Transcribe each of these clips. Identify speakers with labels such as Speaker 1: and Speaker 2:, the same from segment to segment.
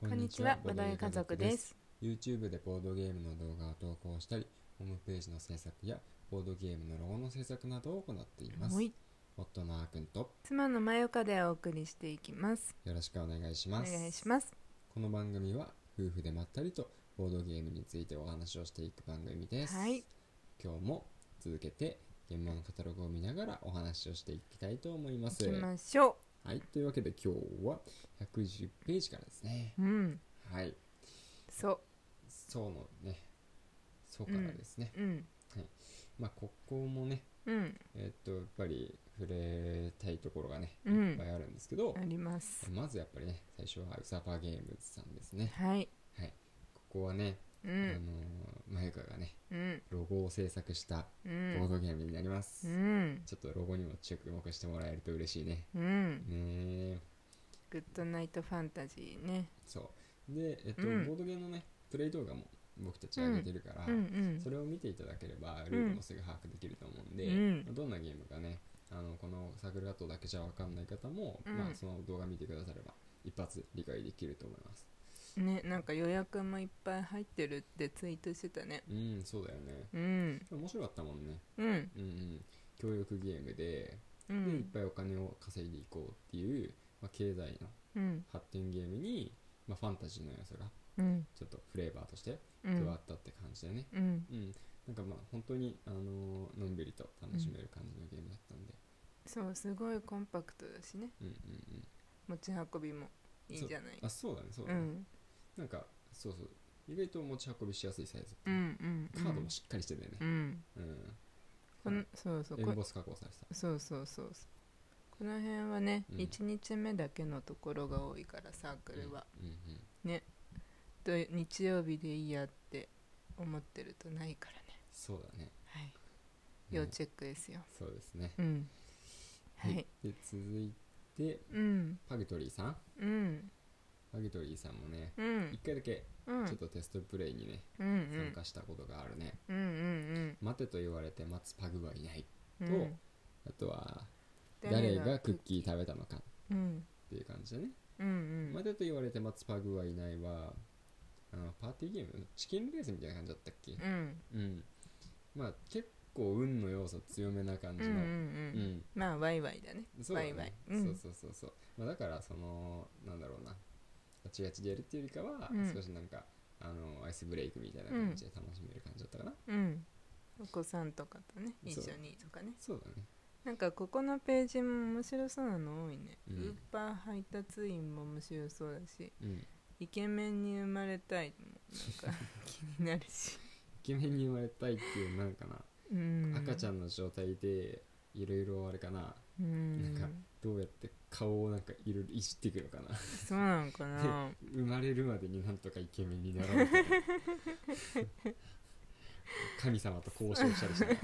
Speaker 1: こんにちは、ボドゲ家族です。。
Speaker 2: YouTube でボードゲームの動画を投稿したり、ホームページの制作やボードゲームのロゴの制作などを行っています
Speaker 1: もう。い
Speaker 2: 夫のあーくんと
Speaker 1: 妻のまよかでお送りしていきます。
Speaker 2: よろしくお願いし
Speaker 1: お
Speaker 2: ます。
Speaker 1: 願いします。
Speaker 2: この番組は夫婦でまったりとボードゲームについてお話をしていく番組です。
Speaker 1: はい
Speaker 2: 今日も続けて現場のカタログを見ながらお話をしていきたいと思います。
Speaker 1: 行きましょ
Speaker 2: はい、というわけで今日は110ページからですね。
Speaker 1: う。うん、
Speaker 2: はい、
Speaker 1: そ
Speaker 2: そうのね、そうからですね。
Speaker 1: う、うん、
Speaker 2: まあここもね、
Speaker 1: うん、
Speaker 2: えっとやっぱり触れたいところがね、
Speaker 1: うん
Speaker 2: いっぱいあるんですけど
Speaker 1: あ、ります。
Speaker 2: まずやっぱりね最初はウサパゲームズさんですね
Speaker 1: はい、
Speaker 2: ここはね、
Speaker 1: う
Speaker 2: あ
Speaker 1: ん、
Speaker 2: のーまゆかがね
Speaker 1: うん、
Speaker 2: ロゴを制作した
Speaker 1: う
Speaker 2: ボー
Speaker 1: ん、
Speaker 2: ドゲームになります、
Speaker 1: うん、
Speaker 2: ちょっとロゴにも注目してもらえると嬉しいね
Speaker 1: うん、
Speaker 2: ねえ
Speaker 1: グッドナイトファンタジーね。
Speaker 2: そうでえっと、
Speaker 1: うん
Speaker 2: ボードゲームのねプレイ動画も僕たち上げてるから、
Speaker 1: うん、うん
Speaker 2: そ、れを見ていただければルールもすぐ把握できると思うんで、
Speaker 1: うん
Speaker 2: まあどんなゲームかねあのこのサークルアートだけじゃ分かんない方も、
Speaker 1: うん
Speaker 2: まあ、その動画見てくだされば一発理解できると思います
Speaker 1: ね、なんか予約もいっぱい入ってるってツイートしてたね。
Speaker 2: うんそうだよね
Speaker 1: うん、
Speaker 2: 面白かったもんね
Speaker 1: うん、
Speaker 2: うんうん協力ゲームで,、
Speaker 1: う
Speaker 2: でいっ
Speaker 1: ん、
Speaker 2: ぱいお金を稼いでいこうっていう、まあ、経済の
Speaker 1: うん、
Speaker 2: 発展ゲームに、まあ、ファンタジーの要素が
Speaker 1: うん、
Speaker 2: ちょっとフレーバーとして
Speaker 1: う
Speaker 2: 加
Speaker 1: ん
Speaker 2: わ、ったって感じでね
Speaker 1: うん、
Speaker 2: うん、なんかまあ本当にあののんびりと楽しめる感じのゲームだったんで、
Speaker 1: そう、すごいコンパクトだしね。
Speaker 2: うんうんうん
Speaker 1: 持ち運びもいいんじゃない
Speaker 2: あそうだねそうだ
Speaker 1: う
Speaker 2: ね、
Speaker 1: ん
Speaker 2: なんかそうそう意外と持ち運びしやすいサイズ、
Speaker 1: うんうんうん
Speaker 2: カードもしっかりしてたよね
Speaker 1: うん
Speaker 2: うん、
Speaker 1: このそうそう
Speaker 2: エ
Speaker 1: こ
Speaker 2: ンボス加工されてた
Speaker 1: そうそうそうそうこの辺はね、
Speaker 2: うん
Speaker 1: 一日目だけのところが多いからサークルは、
Speaker 2: うんうん
Speaker 1: と日曜日でいいやって思ってるとないからね
Speaker 2: そうだね
Speaker 1: はい
Speaker 2: ね
Speaker 1: 要チェックですよ、
Speaker 2: そうですね
Speaker 1: うんはい
Speaker 2: で続いて
Speaker 1: うん
Speaker 2: パグトリーさん
Speaker 1: うん
Speaker 2: パグトリーさんもね
Speaker 1: うんうん
Speaker 2: 一回だけ
Speaker 1: う
Speaker 2: ち
Speaker 1: ん
Speaker 2: ょっとテストプレイにね、
Speaker 1: うんうん
Speaker 2: 参加したことがあるね
Speaker 1: うんうん
Speaker 2: 待てと言われて待つパグはいない
Speaker 1: うん
Speaker 2: と
Speaker 1: うん
Speaker 2: あとは誰がクッキー食べたのかっ
Speaker 1: うん
Speaker 2: ていう感じでね、
Speaker 1: うんうん
Speaker 2: 待てと言われて待つパグはいないはあのパーティーゲームチキンレースみたいな感じだったっけ、
Speaker 1: うん
Speaker 2: うん、まあ結構運の要素強めな感
Speaker 1: うんう
Speaker 2: じ
Speaker 1: ん
Speaker 2: の、
Speaker 1: うん、まあワイワイだね
Speaker 2: そうだね
Speaker 1: ワイワイうん
Speaker 2: そうそうそうそう、まあ、だからそのなんだろうなガチガチでやるっていうよりかは、
Speaker 1: うん
Speaker 2: 少しなんかあのアイスブレイクみたいな感じで楽しめる感じだったかな、
Speaker 1: うんお子さんとかとね一
Speaker 2: そう
Speaker 1: 緒にとかね
Speaker 2: そうだね
Speaker 1: なんかここのページも面白そうなの多いね、
Speaker 2: うん
Speaker 1: ウーパー配達員も面白そうだし
Speaker 2: うんイ
Speaker 1: イケメンに生まれたいもなんか 気になるし、
Speaker 2: ケメンに生まれたいっていうなんかな、
Speaker 1: うん、
Speaker 2: 赤ちゃ
Speaker 1: ん、
Speaker 2: んの状態でいろいろあれかな
Speaker 1: うん、
Speaker 2: なんかどうやって顔をなんかいろいろいじっていくのかな
Speaker 1: そうなのかな
Speaker 2: 生まれるまでになんとかイケメンになろうみたいな神様と交渉したりして完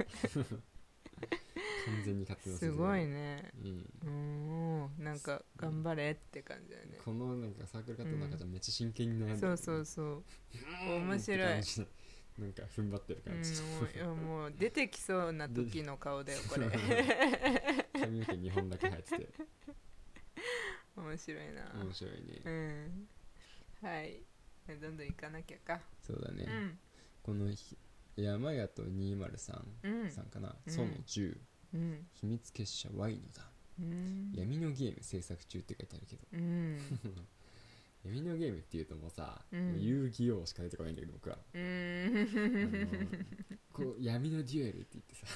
Speaker 2: 全に勝手な
Speaker 1: すごい、ね
Speaker 2: うん、
Speaker 1: うんなんか頑張れって感じだよね、
Speaker 2: このなんかサークルカットの中じゃめっちゃ真剣に悩んで
Speaker 1: そうそう
Speaker 2: そ
Speaker 1: そう面白い
Speaker 2: なんか踏ん張ってる
Speaker 1: うん、
Speaker 2: 感じ、
Speaker 1: もういやもう出てきそうな時の顔だよ これ
Speaker 2: 髪の毛2本だけ生えてて
Speaker 1: 面白いな、
Speaker 2: 面白いね、
Speaker 1: うんはいどんどん行かなきゃか
Speaker 2: そうだね、
Speaker 1: うん
Speaker 2: このひ山屋と203さ
Speaker 1: うん
Speaker 2: んかな「
Speaker 1: うん
Speaker 2: その10、
Speaker 1: うん
Speaker 2: 秘密結社 Y の段、
Speaker 1: うん
Speaker 2: 闇のゲーム制作中」って書いてあるけど
Speaker 1: うん
Speaker 2: 闇のゲームっていうともうさ、
Speaker 1: うん
Speaker 2: もう遊戯王しか出てこないんだけど僕 は
Speaker 1: うんうん
Speaker 2: あのこう闇のデュエルって言ってさ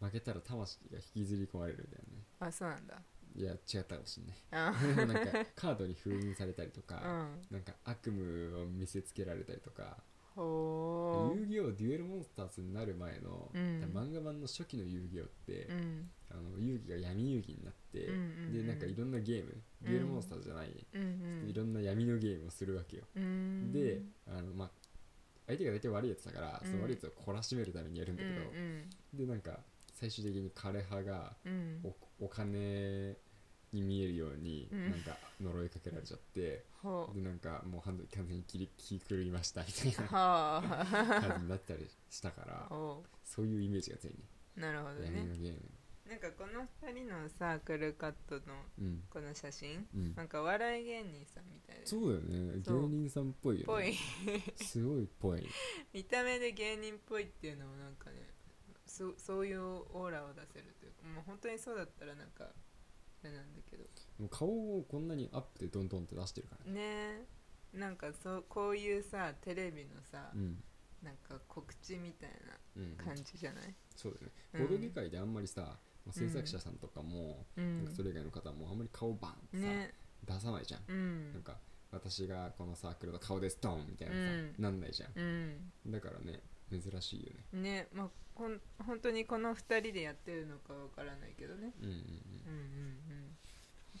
Speaker 1: うん
Speaker 2: 負けたら魂が引きずり込まれるんだよね
Speaker 1: あそうなんだ
Speaker 2: いや違ったかもしんない
Speaker 1: あ
Speaker 2: でも なんかカードに封印されたりと
Speaker 1: う
Speaker 2: か、
Speaker 1: ん
Speaker 2: なんか悪夢を見せつけられたりとか
Speaker 1: ほ
Speaker 2: 遊戯王デュエルモンスターズになる前の、
Speaker 1: うん
Speaker 2: 漫画版の初期の遊戯王って、
Speaker 1: ううん
Speaker 2: あの遊戯が闇遊戯になって、
Speaker 1: うんうんうん
Speaker 2: でなんかいろんなゲームデュエルモンスターじゃない、
Speaker 1: うんうん
Speaker 2: いろんな闇のゲームをするわけよ、
Speaker 1: うん
Speaker 2: であの、まあ、相手が大体悪いやつだから、
Speaker 1: うん
Speaker 2: その悪いやつを懲らしめるためにやるん
Speaker 1: うん
Speaker 2: だけど、でなんか最終的に枯葉が
Speaker 1: うんうん
Speaker 2: おお金に見えるように、
Speaker 1: うん
Speaker 2: なんか呪いかけられちゃって、
Speaker 1: ほう
Speaker 2: でなんかもう完全に切り気狂いましたみたい
Speaker 1: は
Speaker 2: な
Speaker 1: あ
Speaker 2: 感じになったりしたから
Speaker 1: ほ
Speaker 2: そういうイメージがついに
Speaker 1: うなるほど
Speaker 2: 闇
Speaker 1: ね
Speaker 2: のゲーム
Speaker 1: なんかこの2人のサークルカットの
Speaker 2: うん
Speaker 1: この写真
Speaker 2: うん
Speaker 1: なんか笑い芸人さんみたいで
Speaker 2: そうだよね芸
Speaker 1: そう
Speaker 2: 人さんっぽいよね
Speaker 1: ぽい
Speaker 2: すごいっぽい
Speaker 1: 見た目で芸人っぽいっていうのもなんかねそそういうオーラを出せるというかもう本当にそうだったらなんかあれなんだけど
Speaker 2: もう顔をこんなにアップでドンドンって出してるからね
Speaker 1: ねえなんかそうこういうさテレビのさ、
Speaker 2: うん
Speaker 1: なんか告知みたい
Speaker 2: うん
Speaker 1: な感じじゃない、
Speaker 2: そうだよね
Speaker 1: う
Speaker 2: ボ
Speaker 1: ん
Speaker 2: ードゲ界であんまりさ、まあ制作者さんとかも、
Speaker 1: う
Speaker 2: なんかそ
Speaker 1: ん、
Speaker 2: れ以外の方もあんまり顔バンってさ、
Speaker 1: ね
Speaker 2: 出さないじゃん、
Speaker 1: うん
Speaker 2: なんか私がこのサークルの顔ですドンみたいなさ、
Speaker 1: うん
Speaker 2: なんないじゃん
Speaker 1: うん
Speaker 2: だからね珍しいよね
Speaker 1: ねまあこん本当にこの2人でやってるのかわからないけどね
Speaker 2: うんうん
Speaker 1: うんうんうん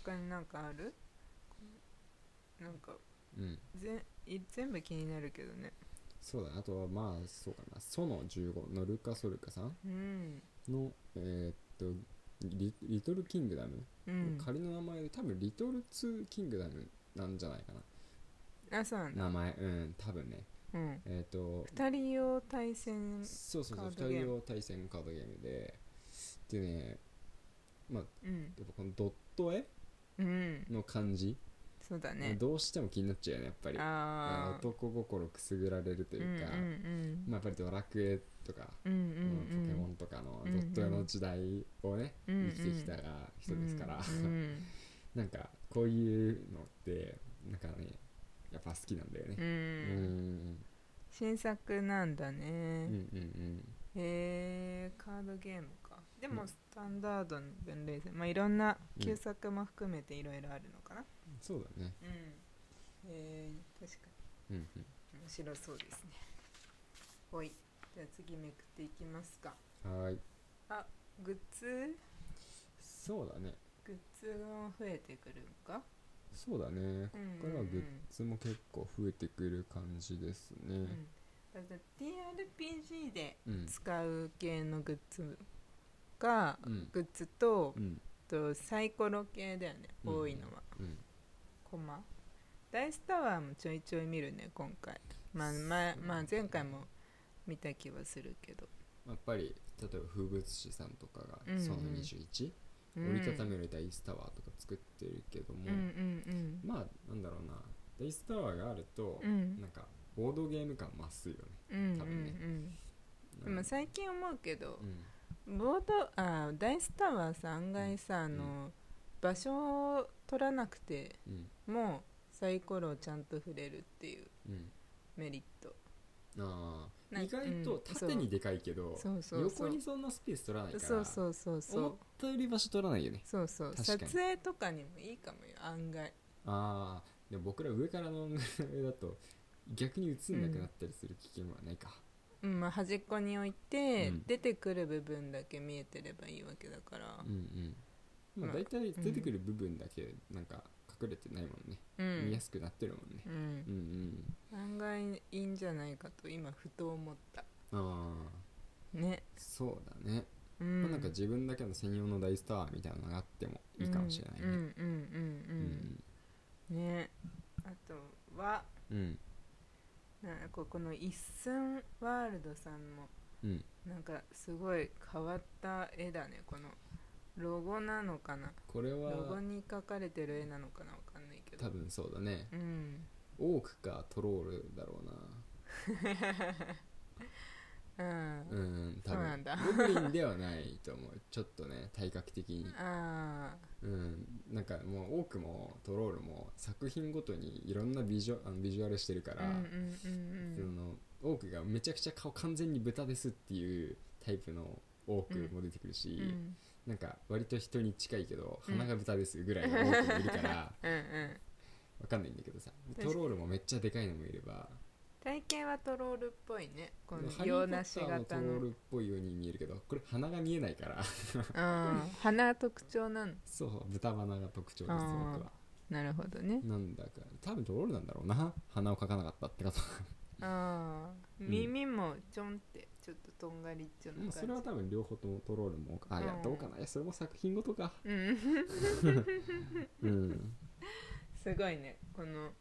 Speaker 1: 他になんかあるなんか
Speaker 2: うんうん
Speaker 1: ぜい全部気になるけどね
Speaker 2: そうだねあとはまあそうかなソの15のルカ・ソルカさん
Speaker 1: うん
Speaker 2: のえーっとリリトル・キングダム、
Speaker 1: うん
Speaker 2: 仮の名前で多分リトル・ツー・キングダムなんじゃないか
Speaker 1: あそうなんだ
Speaker 2: な名前うん多分ね
Speaker 1: うん
Speaker 2: えーっと
Speaker 1: 2人用対戦
Speaker 2: そうそうそう
Speaker 1: カードゲ
Speaker 2: 2
Speaker 1: ーム
Speaker 2: 人用対戦カードゲームででねまあ
Speaker 1: うん
Speaker 2: やっぱこのドット絵
Speaker 1: うん
Speaker 2: の感じ、
Speaker 1: そうだね
Speaker 2: どうしても気になっちゃうよねやっぱり
Speaker 1: ああ
Speaker 2: 男心くすぐられると
Speaker 1: う
Speaker 2: い
Speaker 1: んうん
Speaker 2: うか、まあ、やっぱりドラクエとか、
Speaker 1: うんうん
Speaker 2: ポケ
Speaker 1: う
Speaker 2: モ
Speaker 1: ん
Speaker 2: ンとかの
Speaker 1: うん
Speaker 2: ドット絵の時代をね、
Speaker 1: うんうん
Speaker 2: 生きてきたら人ですから、
Speaker 1: うん
Speaker 2: なんかこういうのってなんかねやっぱ好きなんだよね
Speaker 1: うん、
Speaker 2: う
Speaker 1: うん
Speaker 2: ん
Speaker 1: 新作なんだ
Speaker 2: うんう
Speaker 1: ね、
Speaker 2: んうん
Speaker 1: へえカードゲームかで
Speaker 2: う
Speaker 1: も
Speaker 2: ん
Speaker 1: スタンダードの分類で、まあいろんな
Speaker 2: うん
Speaker 1: 旧作も含めていろいろあるのかな
Speaker 2: そうだね
Speaker 1: うん、えー確か
Speaker 2: うんうん
Speaker 1: に面白そうですねほいじゃあ次めくっていきますか
Speaker 2: はーい
Speaker 1: グッズ
Speaker 2: そうだね
Speaker 1: グッズが増えてくるのか
Speaker 2: そうだねここからはグッズも結構増えてくる感じです
Speaker 1: うん
Speaker 2: ね
Speaker 1: うんうんだって TRPG で
Speaker 2: うん
Speaker 1: 使う系のグッズが、
Speaker 2: うん
Speaker 1: グッズと
Speaker 2: う、ん
Speaker 1: とサイコロ系だよね
Speaker 2: うん
Speaker 1: 多いのは、
Speaker 2: うん
Speaker 1: コマダイスタワーもちょいちょい見るね今回まあ、まあ
Speaker 2: そう
Speaker 1: まあ、前回も見た気はするけど、
Speaker 2: やっぱり例えば風物詩さんとかが
Speaker 1: うんうん
Speaker 2: その21、
Speaker 1: うん、
Speaker 2: 折りたためるダイスタワーとか作ってるけども、
Speaker 1: うんうん
Speaker 2: まあなんだろうなダイスタワーがあると、
Speaker 1: うんうん
Speaker 2: なんかボードゲーム感増すよね
Speaker 1: うんうん
Speaker 2: 多分ね
Speaker 1: うんでも
Speaker 2: なんか
Speaker 1: 最近思うけど
Speaker 2: う、ん
Speaker 1: ボードあダイスタワーさん案外さあの、場所を取らなくて
Speaker 2: うん
Speaker 1: もサイコロをちゃんと振れるっていう
Speaker 2: うん
Speaker 1: メリット
Speaker 2: あ
Speaker 1: な
Speaker 2: あ
Speaker 1: ん
Speaker 2: 意
Speaker 1: か
Speaker 2: 外と
Speaker 1: うん
Speaker 2: 縦にでかいけど、
Speaker 1: そうそうそ
Speaker 2: 横
Speaker 1: う
Speaker 2: にそんなスペース取らないから
Speaker 1: そうそうそうそ
Speaker 2: 思
Speaker 1: う
Speaker 2: ったより場所取らないよね
Speaker 1: そうそう
Speaker 2: 確か
Speaker 1: 撮
Speaker 2: に
Speaker 1: 影とかにもいいかもよ案外
Speaker 2: ああでも僕ら上からの上だと逆に映んなくなったりする危険はないか、
Speaker 1: うんまあ、端っこに置いて、
Speaker 2: うん
Speaker 1: 出てくる部分だけ見えてればいいわけだから
Speaker 2: うんうんまあ
Speaker 1: まあ
Speaker 2: 大体出てくる部分だけなんか隠れてないもんね、
Speaker 1: うん、
Speaker 2: 見やすくなってるもんね
Speaker 1: う、
Speaker 2: うんんうん
Speaker 1: 案外いいんじゃないかと今ふと思った
Speaker 2: ああ
Speaker 1: ね
Speaker 2: そうだね、
Speaker 1: うん、
Speaker 2: まあ、なんか自分だけの専用の大スターみたいなのがあってもいいかもしれないね
Speaker 1: うんうん
Speaker 2: う
Speaker 1: うん
Speaker 2: ん
Speaker 1: うん、ねあとは
Speaker 2: うん
Speaker 1: なんかこの一寸ワールドさんも
Speaker 2: うん
Speaker 1: なんかすごい変わった絵だねこのロゴなのかな
Speaker 2: これ
Speaker 1: ロゴ
Speaker 2: は
Speaker 1: に描かれてる絵なのかなわかんないけど
Speaker 2: 多分そうだね
Speaker 1: うん
Speaker 2: オークかトロールだろうな
Speaker 1: うん、
Speaker 2: うん多
Speaker 1: そうなん
Speaker 2: 分
Speaker 1: だ
Speaker 2: ゴブリンではないと思うちょっとね体格的に
Speaker 1: ああ
Speaker 2: うんなんかもうオークもトロールも作品ごとにいろんなビジュあのビジュアルしてるから、
Speaker 1: うんうんうん
Speaker 2: そ
Speaker 1: うん
Speaker 2: のオークがめちゃくちゃ顔完全に豚ですっていうタイプのオークも出てくるし、
Speaker 1: うん
Speaker 2: なんか割と人に近いけど
Speaker 1: うん
Speaker 2: 鼻が豚ですぐらいのオークもいるから
Speaker 1: うんうん
Speaker 2: わかんないんだけどさ
Speaker 1: かに
Speaker 2: トロールもめっちゃでかいのもいれば
Speaker 1: 体型はトロールっぽいねこ
Speaker 2: で
Speaker 1: の
Speaker 2: もハリー・ポッ
Speaker 1: 洋梨
Speaker 2: ターのト
Speaker 1: 型
Speaker 2: ロ
Speaker 1: の
Speaker 2: ールっぽいように見えるけどこれ鼻が見えないから
Speaker 1: うん鼻特徴なの
Speaker 2: そう豚鼻が特徴です僕
Speaker 1: あー
Speaker 2: は
Speaker 1: なるほどね
Speaker 2: なんだか多分トロールなんだろうな鼻を描かなかったってこと
Speaker 1: ああ
Speaker 2: ん
Speaker 1: 耳もちょんってちょっととんがりっちょ
Speaker 2: も
Speaker 1: の
Speaker 2: うそれは
Speaker 1: 感じ
Speaker 2: 多分両方ともトロールもあいや
Speaker 1: うん
Speaker 2: どうかないやそれも作品ごとか
Speaker 1: うん
Speaker 2: うん
Speaker 1: すごいねこの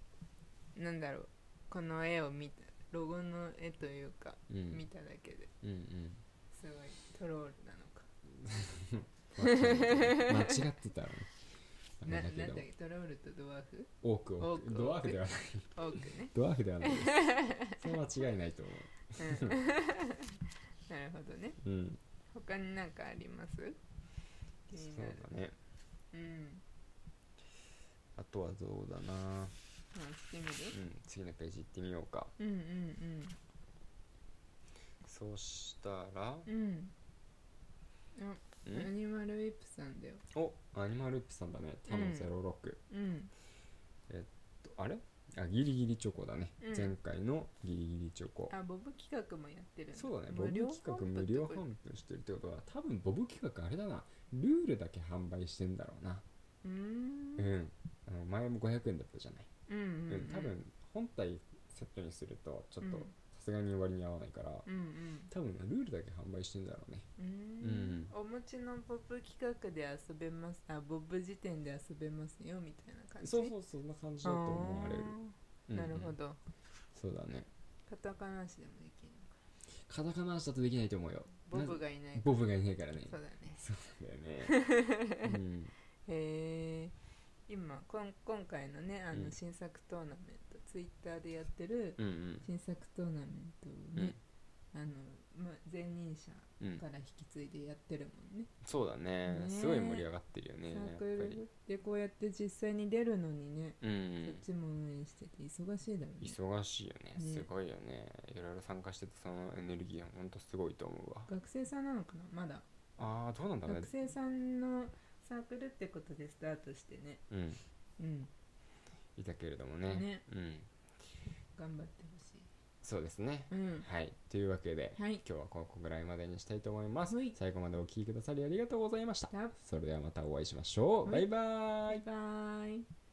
Speaker 1: なんだろうこの絵を見たロゴの絵というか
Speaker 2: うん
Speaker 1: 見ただけで
Speaker 2: うんうん
Speaker 1: すごいトロールなのか
Speaker 2: わかんない間違ってたらねあ
Speaker 1: な
Speaker 2: れ
Speaker 1: な
Speaker 2: だ
Speaker 1: んだ
Speaker 2: けど
Speaker 1: っけトラウルとドワーフ
Speaker 2: 多く多
Speaker 1: 多
Speaker 2: く
Speaker 1: く
Speaker 2: ドワーフではない
Speaker 1: オークね
Speaker 2: ドワーフではないですそれは間違いないと思
Speaker 1: うんなるほどね
Speaker 2: ううん
Speaker 1: 他になんかあります気
Speaker 2: そ
Speaker 1: に
Speaker 2: う
Speaker 1: なる
Speaker 2: だね
Speaker 1: うん
Speaker 2: あとはどうだな
Speaker 1: まあしてみ
Speaker 2: う
Speaker 1: る
Speaker 2: ん次のページ行ってみようか
Speaker 1: うん
Speaker 2: そうしたら
Speaker 1: うんうんうんア
Speaker 2: ん
Speaker 1: ニマルウィップさんだよ
Speaker 2: おアニマルップさんだねタ
Speaker 1: う
Speaker 2: の
Speaker 1: ん
Speaker 2: 06、
Speaker 1: うん
Speaker 2: あれあギリギリチョコだね、
Speaker 1: うん
Speaker 2: 前回のギリギリチョコ
Speaker 1: あボブ企画もやってるん
Speaker 2: そうだねボブ企画無料
Speaker 1: 販売
Speaker 2: 販布してるってことは多分ボブ企画あれだなルールだけ販売してんだろうな
Speaker 1: うーん
Speaker 2: うん、あの前も500円だったじゃない、
Speaker 1: うん
Speaker 2: うん
Speaker 1: うんうん
Speaker 2: 多分本体セットにするとちょっと
Speaker 1: うん
Speaker 2: さすがに割に合わないから、
Speaker 1: うんうん
Speaker 2: 多分ルールだけ販売してんだろうね
Speaker 1: うーんお持ちのボブ企画で遊べますあボブ時点で遊べますよみたいな感じ
Speaker 2: そうそうそんな感じだと思われる、
Speaker 1: あーなる
Speaker 2: うんう
Speaker 1: ほ
Speaker 2: ん
Speaker 1: ど
Speaker 2: そうだね
Speaker 1: カタカナ詞でもできる
Speaker 2: カタカナ足だとできないと思うよ
Speaker 1: のかボブ
Speaker 2: な
Speaker 1: がいないか
Speaker 2: ボブがいないからね
Speaker 1: そうだね
Speaker 2: だよね、う ん、
Speaker 1: へえ今こん今回のねあ
Speaker 2: う
Speaker 1: の
Speaker 2: ん
Speaker 1: 新作トーナメント、ツイッターでやってる
Speaker 2: うんうん
Speaker 1: 新作トーナメントをね、あのま前任者
Speaker 2: うん
Speaker 1: から引き継いでやってるもんね、
Speaker 2: そうだね
Speaker 1: ねえ
Speaker 2: すごい盛り上がってるよねや
Speaker 1: サー
Speaker 2: っ
Speaker 1: ク
Speaker 2: ぱり
Speaker 1: ルでこうやって実際に出るのにね、
Speaker 2: うん
Speaker 1: そっちも運営してて忙しいだろうね
Speaker 2: 忙しいよね
Speaker 1: ね
Speaker 2: すごいよねいろいろ参加しててそのエネルギーはほんとすごいと思うわ
Speaker 1: 学生さんなのかなまだ
Speaker 2: あーどうなんだろうね
Speaker 1: 学生さんのサークルってことでスタートしてね
Speaker 2: うん
Speaker 1: うん
Speaker 2: いたけれどもね
Speaker 1: ね
Speaker 2: うん
Speaker 1: 頑張ってほしい
Speaker 2: そうですね
Speaker 1: うん
Speaker 2: はいというわけで、
Speaker 1: はい
Speaker 2: 今日はここぐらいまでにしたいと思います、
Speaker 1: はい
Speaker 2: 最後までお聴きくださりありがとうございました
Speaker 1: じゃあ
Speaker 2: それではまたお会いしましょう、
Speaker 1: は
Speaker 2: バ
Speaker 1: い
Speaker 2: イバーイ
Speaker 1: バイバイ